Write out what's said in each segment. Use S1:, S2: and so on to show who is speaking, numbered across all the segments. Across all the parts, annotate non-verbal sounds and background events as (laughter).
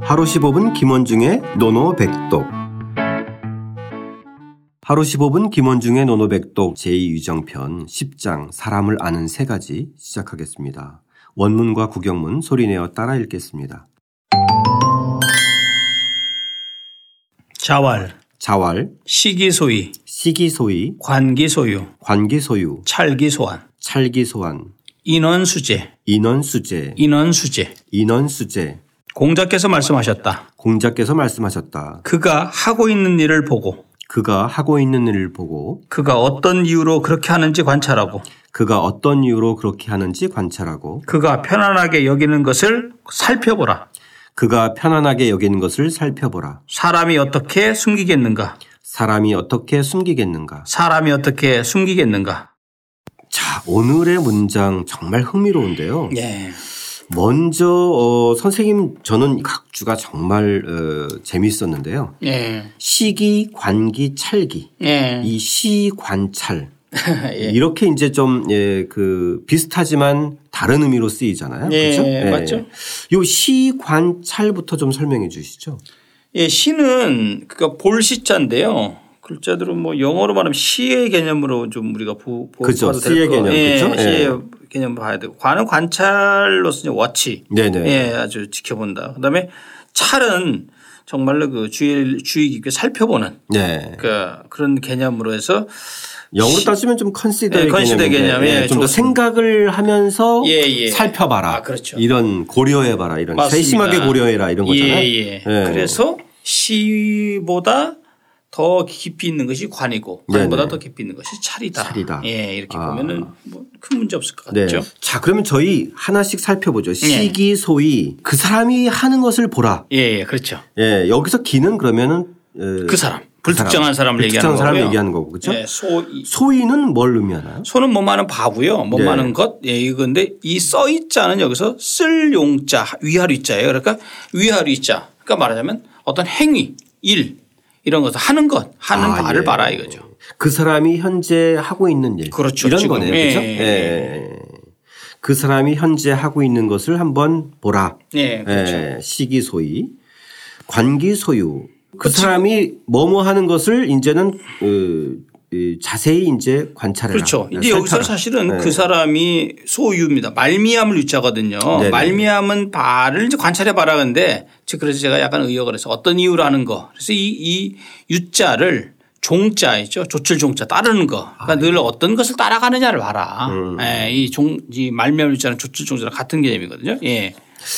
S1: 하루 15분 김원중의 노노백독 하루 15분 김원중의 노노백독 제2유정편 10장 사람을 아는 세 가지 시작하겠습니다. 원문과 구경문 소리내어 따라 읽겠습니다.
S2: 자왈,
S1: 자왈,
S2: 시기소위,
S1: 시기소위,
S2: 관기소유,
S1: 관기소유,
S2: 찰기소환,
S1: 찰기소환,
S2: 인원수재,
S1: 인원수제,
S2: 인원수재.
S1: 인원수제,
S2: 공자께서 말씀하셨다.
S1: 공자께서 말씀하셨다.
S2: 그가 하고 있는 일을 보고
S1: 그가 하고 있는 일을 보고
S2: 그가 어떤 이유로 그렇게 하는지 관찰하고
S1: 그가 어떤 이유로 그렇게 하는지 관찰하고
S2: 그가 편안하게 여기는 것을 살펴보라.
S1: 그가 편안하게 여기는 것을 살펴보라.
S2: 사람이 어떻게 숨기겠는가?
S1: 사람이 어떻게 숨기겠는가?
S2: 사람이 어떻게 숨기겠는가?
S1: 자, 오늘의 문장 정말 흥미로운데요.
S2: 예.
S1: 먼저 어, 선생님 저는 각주가 정말 어, 재미있었는데요.
S2: 예.
S1: 시기, 관기, 찰기.
S2: 예.
S1: 이 시관찰 이렇게 이제 좀 그 비슷하지만 다른 의미로 쓰이잖아요.
S2: 예,
S1: 그렇죠?
S2: 맞죠.
S1: 요 시관찰부터 좀 설명해 주시죠.
S2: 예, 시는 그니까 볼시자인데요. 글자들은 뭐 영어로 말하면 시의 개념으로 좀 우리가 보, 보
S1: 그죠.
S2: 봐도 될
S1: 시의
S2: 거.
S1: 개념,
S2: 예,
S1: 그죠?
S2: 시의 개념 봐야 되고 관은 관찰로서 이제 워치.
S1: 네네.
S2: 예, 아주 지켜본다. 그다음에 찰은 정말로 그 주의 주의 깊게 살펴보는
S1: 네.
S2: 그러니까 그런 개념으로 해서
S1: 영어로 따지면 좀 컨시더의
S2: 예, consider 개념. 예,
S1: 좀더
S2: 좋습니다.
S1: 생각을 하면서
S2: 예, 예.
S1: 살펴봐라.
S2: 아, 그렇죠.
S1: 이런 고려해봐라. 이런 세심하게 고려해라 이런 거잖아요. 네.
S2: 예, 예. 그래서 시보다 더 깊이 있는 것이 관이고 관보다
S1: 네네.
S2: 더 깊이 있는 것이 찰이다.
S1: 찰이다.
S2: 예, 이렇게
S1: 아.
S2: 보면은 뭐 큰 문제 없을 것
S1: 네.
S2: 같죠.
S1: 자, 그러면 저희 하나씩 살펴보죠. 시기, 소위 그 사람이 하는 것을 보라.
S2: 예, 예, 그렇죠.
S1: 예, 여기서 기는 그러면은 에,
S2: 그 사람. 불특정한 사람을
S1: 불특정한
S2: 얘기하는
S1: 사람
S2: 거고요.
S1: 얘기하는 거고 그렇죠?
S2: 예, 소 이-
S1: 소위는 뭘 의미하나요?
S2: 소는 뭐 많은 바보요. 뭐
S1: 네.
S2: 많은 것. 예, 이건데 이 써이자는 여기서 쓸 용자 위아래자예요. 그러니까 위아래자. 그러니까 말하자면 어떤 행위, 일 이런 것을 하는 것, 하는
S1: 아,
S2: 바를
S1: 예.
S2: 봐라 이거죠.
S1: 그 사람이 현재 하고 있는 일.
S2: 그렇죠,
S1: 이런
S2: 지금.
S1: 거네요.
S2: 예,
S1: 그렇죠?
S2: 예,
S1: 예. 그 사람이 현재 하고 있는 것을 한번 보라.
S2: 예, 그렇죠.
S1: 예, 시기 소위 관기 소유 그 사람이 뭐뭐 하는 것을 이제는 그, 이, 자세히 이제 관찰해라.
S2: 그렇죠.
S1: 네,
S2: 이제 여기서
S1: 살펴라.
S2: 사실은
S1: 네.
S2: 그 사람이 소유입니다. 말미암을 유자거든요.
S1: 네네.
S2: 말미암은 바를 이제 관찰해 봐라 근데 즉 그래서 제가 약간 의역을 해서 어떤 이유라는 거. 그래서 이, 이 유자를 종자 있죠. 조출 종자 따르는 거.
S1: 아, 네.
S2: 그러니까 늘 어떤 것을 따라가느냐를 봐라.
S1: 음.
S2: 예, 이 종, 이 말미암을 유자는 조출 종자랑 같은 개념이거든요. 예.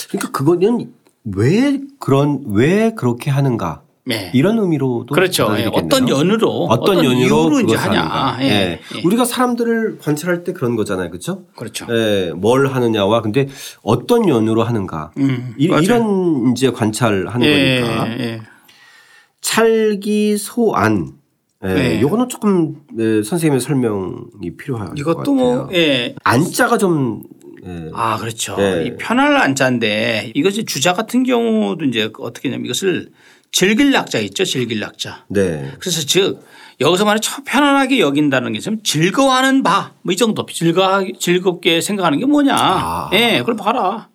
S1: 그러니까 그거는 왜 그런 왜 그렇게 하는가
S2: 예.
S1: 이런 의미로도
S2: 그렇죠. 예,
S1: 받아들이겠네요.
S2: 어떤 연으로
S1: 어떤 연유로
S2: 이유로 이제
S1: 그것을
S2: 하냐.
S1: 하는가.
S2: 예.
S1: 예.
S2: 예.
S1: 우리가 사람들을 관찰할 때 그런 거잖아요, 그렇죠?
S2: 그렇죠.
S1: 예, 뭘 하느냐와 근데 어떤 연유로 하는가 이,
S2: 음, 맞아요.
S1: 런 이제 관찰하는 거니까
S2: 예, 예.
S1: 찰기소안. 예,
S2: 네.
S1: 요거는 조금 예, 선생님의 설명이 필요할 것
S2: 이것도
S1: 같아요.
S2: 뭐 예,
S1: 안자가 좀 예,
S2: 아, 그렇죠.
S1: 네.
S2: 이 편할 난자인데 이것이 주자 같은 경우도 이제 어떻게 하냐면 이것을 즐길 낙자 있죠. 즐길 낙자.
S1: 네.
S2: 그래서 즉 여기서 말하는 참 편안하게 여긴다는 게 좀 즐거워하는 바 뭐 이 정도 즐거 즐겁게 생각하는 게 뭐냐.
S1: 아.
S2: 예, 그걸 봐라.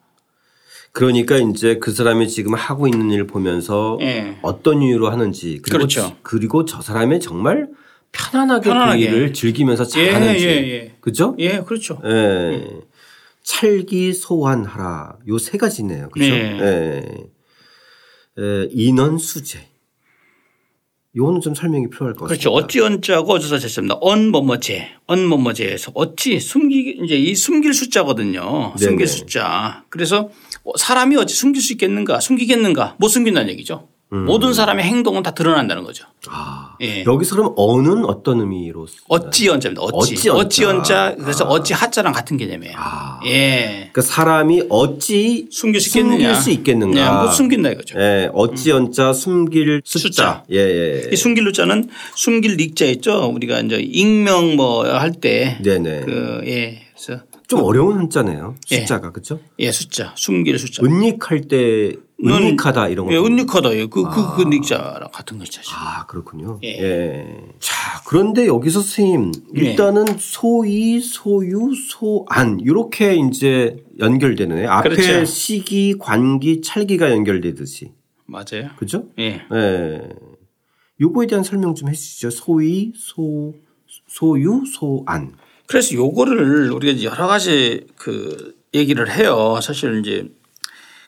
S1: 그러니까 이제 그 사람이 지금 하고 있는 일 보면서
S2: 네.
S1: 어떤 이유로 하는지 그리고
S2: 그렇죠.
S1: 지- 그리고 저 사람의 정말 편안하게,
S2: 편안하게.
S1: 그 일을 즐기면서
S2: 예,
S1: 잘하는지
S2: 예, 예.
S1: 그죠?
S2: 예, 그렇죠.
S1: 예. 찰기소환하라 요 세 가지네요. 그죠? 예. 예, 인원수제. 요거는 좀 설명이 필요할 것 같습니다.
S2: 그렇죠. 어찌 언자고 어디서 쟀습니다. 언 뭐뭐제, 언 뭐뭐제에서 어찌 숨기 이제 이 숨길 숫자거든요. 숨길
S1: 네네.
S2: 숫자. 그래서 사람이 어찌 숨길 수 있겠는가, 숨기겠는가, 못 숨긴다는 얘기죠.
S1: 음.
S2: 모든 사람의 행동은 다 드러난다는 거죠.
S1: 아,
S2: 예.
S1: 여기서 그럼 어는 어떤 의미로 쓰-
S2: 어찌 언자입니다.
S1: 네.
S2: 어찌
S1: 어찌
S2: 어찌,
S1: 언자.
S2: 언자. 그래서 어찌 하자랑 같은 개념이에요.
S1: 아.
S2: 예.
S1: 그러니까 사람이 어찌
S2: 숨길 수 있겠느냐.
S1: 숨길 수 있겠는가?
S2: 예, 못 숨긴다 이거죠.
S1: 예, 어찌 언자 숨길 숫자.
S2: 숫자.
S1: 예, 예.
S2: 이 숨길 루자는 숨길 닉자 있죠. 우리가 이제 익명 뭐 할 때.
S1: 네, 네.
S2: 그, 예. 그래서
S1: 좀 어려운 한자네요.
S2: 예.
S1: 숫자가 그렇죠?
S2: 예, 숫자. 숨길 숫자.
S1: 은닉할 때 은닉하다 이런 거.
S2: 예, 은닉하다. 예. 그, 그, 그 닉자랑 같은 글자죠.
S1: 아, 그렇군요. 예.
S2: 예. 네.
S1: 자, 그런데 여기서 선생님, 일단은 소이, 소유, 소안, 이렇게 이제 연결되는 애. 앞에
S2: 그렇죠.
S1: 시기, 관기, 찰기가 연결되듯이.
S2: 맞아요.
S1: 그죠?
S2: 예.
S1: 예. 요거에 대한 설명 좀 해주시죠. 소위, 소, 소유, 소안.
S2: 그래서 요거를 우리가 이제 여러 가지 그 얘기를 해요. 사실 이제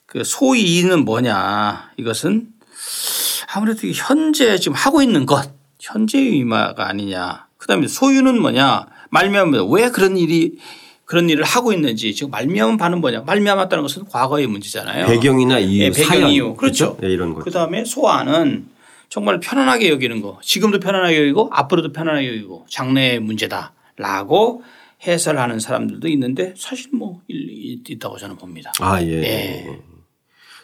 S2: 그 소위는 뭐냐. 이것은 아무래도 현재 지금 하고 있는 것. 현재의 의마가 아니냐. 그 다음에 소유는 뭐냐. 말미암아 왜 그런 일이 그런 일을 하고 있는지 지금 말미암은 반은 뭐냐. 말미암았다는 것은 과거의 문제잖아요.
S1: 배경이나 이유,
S2: 예, 배경
S1: 사연.
S2: 이유. 그렇죠.
S1: 예, 이런 거.
S2: 그 다음에 소아는 정말 편안하게 여기는 거. 지금도 편안하게 여기고 앞으로도 편안하게 여기고 장래의 문제다. 라고 해설하는 사람들도 있는데 사실 뭐 일리 있다고 저는 봅니다.
S1: 아, 예.
S2: 예.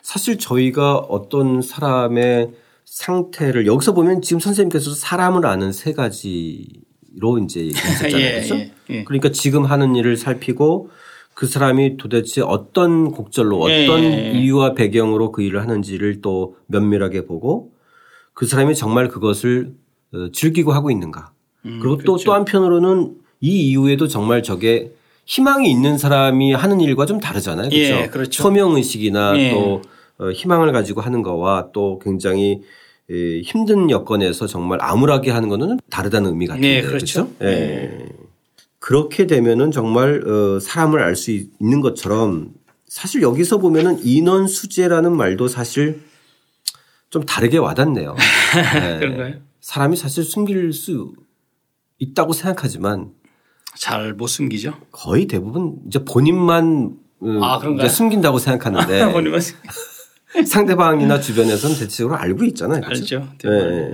S1: 사실 저희가 어떤 사람의 상태를 여기서 보면 지금 선생님께서 사람을 아는 세 가지로 이제 얘기하셨잖아요.
S2: (laughs) 예,
S1: 그렇죠?
S2: 예, 예.
S1: 그러니까 지금 하는 일을 살피고 그 사람이 도대체 어떤 곡절로
S2: 예,
S1: 어떤
S2: 예, 예.
S1: 이유와 배경으로 그 일을 하는지를 또 면밀하게 보고 그 사람이 정말 그것을 어, 즐기고 하고 있는가.
S2: 음,
S1: 그리고
S2: 그렇죠.
S1: 또 또 한편으로는 이 이후에도 정말 저게 희망이 있는 사람이 하는 일과 좀 다르잖아요. 그렇죠?
S2: 예, 그렇죠.
S1: 소명 의식이나
S2: 예.
S1: 또 어, 희망을 가지고 하는 거와 또 굉장히 에, 힘든 여건에서 정말 암울하게 하는 거는 다르다는 의미 같은데
S2: 예, 그렇죠.
S1: 그렇죠? 예. 그렇게 되면은 정말 어, 사람을 알 수 있는 것처럼 사실 여기서 보면은 인원 수제라는 말도 사실 좀 다르게 와닿네요.
S2: (laughs)
S1: 예.
S2: 그런가요?
S1: 사람이 사실 숨길 수 있다고 생각하지만
S2: 잘 못 숨기죠.
S1: 거의 대부분 이제 본인만 음,
S2: 아, 그런가요? 아,
S1: 이제 숨긴다고
S2: (laughs)
S1: 생각하는데
S2: 본인은
S1: 상대방이나 주변에서는 대체적으로 알고 있잖아요. 그렇죠?
S2: 알죠.
S1: 네.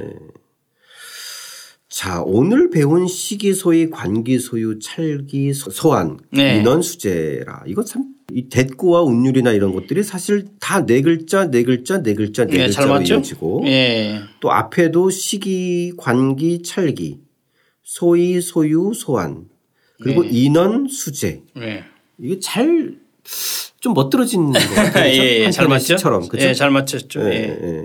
S1: 자, 오늘 배운 시기소위, 관기소유, 찰기, 소- 소환,
S2: 네.
S1: 인원수제라. 이거 참, 이 대꾸와 운율이나 이런 것들이 사실 다 네 글자, 네 글자, 네 글자, 네
S2: 예, 잘
S1: 글자로
S2: 맞죠?
S1: 이어지고
S2: 예.
S1: 또 앞에도 시기, 관기, 찰기, 소위, 소유, 소환,
S2: 네.
S1: 그리고 인원, 수제.
S2: 예.
S1: 이게 잘 좀 멋들어진 것 같아요.
S2: (laughs) 예, 예, 잘
S1: 한편의
S2: 맞죠?
S1: 시처럼. 그렇죠?
S2: 예, 잘 맞췄죠.
S1: 예,
S2: 예.
S1: 예.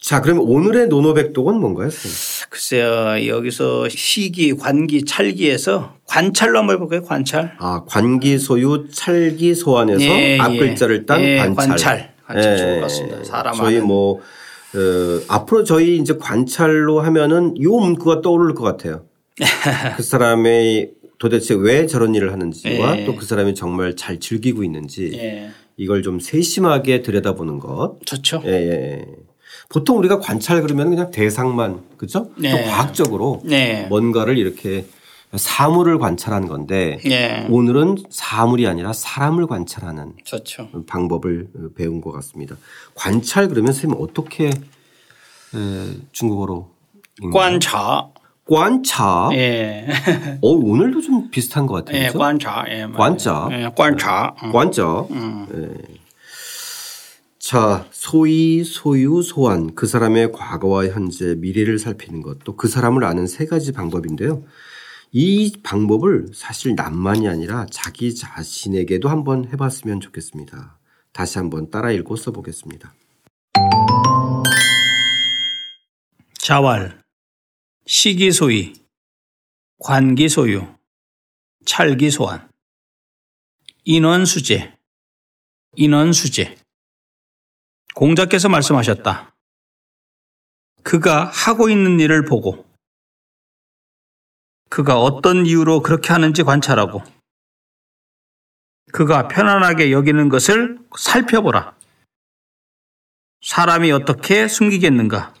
S1: 자, 그럼 오늘의 노노백독은 뭔가요? 선생님?
S2: 글쎄요, 여기서 시기, 관기, 찰기에서 관찰로 한번 해볼까요? 관찰.
S1: 아, 관기 소유 찰기 소환에서
S2: 예,
S1: 앞
S2: 예.
S1: 글자를 딴
S2: 예,
S1: 관찰. 예.
S2: 관찰. 관찰 좋을 것 같습니다. 사람
S1: 저희
S2: 아는.
S1: 뭐 어, 앞으로 저희 이제 관찰로 하면은 요 문구가 떠오를 것
S2: (laughs)
S1: 같아요. 그 사람의 도대체 왜 저런 일을 하는지와
S2: 예.
S1: 또 그 사람이 정말 잘 즐기고 있는지
S2: 예.
S1: 이걸 좀 세심하게 들여다보는 것.
S2: 좋죠.
S1: 예, 예. 보통 우리가 관찰 그러면 그냥 대상만 그죠?
S2: 네.
S1: 또 과학적으로
S2: 네.
S1: 뭔가를 이렇게 사물을 관찰하는 건데
S2: 예.
S1: 오늘은 사물이 아니라 사람을 관찰하는
S2: 좋죠.
S1: 방법을 배운 것 같습니다. 관찰 그러면 선생님 어떻게 에, 중국어로
S2: 음. 관차.
S1: 관차.
S2: 예.
S1: 어, 오늘도 좀 비슷한 것 같아요.
S2: 예,
S1: 그죠?
S2: 관차. 예. 맞아요.
S1: 관차.
S2: 예, 관차. 음.
S1: 관저. 예. 자, 소위, 소유, 소환. 그 사람의 과거와 현재, 미래를 살피는 것. 또 그 사람을 아는 세 가지 방법인데요. 이 방법을 사실 남만이 아니라 자기 자신에게도 한번 해봤으면 좋겠습니다. 다시 한번 따라 읽고 써보겠습니다.
S2: 자활. 시기소위. 관기소유. 찰기소환. 인원수제. 인원수제. 공자께서 말씀하셨다. 그가 하고 있는 일을 보고 그가 어떤 이유로 그렇게 하는지 관찰하고 그가 편안하게 여기는 것을 살펴보라. 사람이 어떻게 숨기겠는가?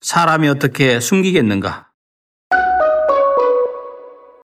S2: 사람이 어떻게 숨기겠는가?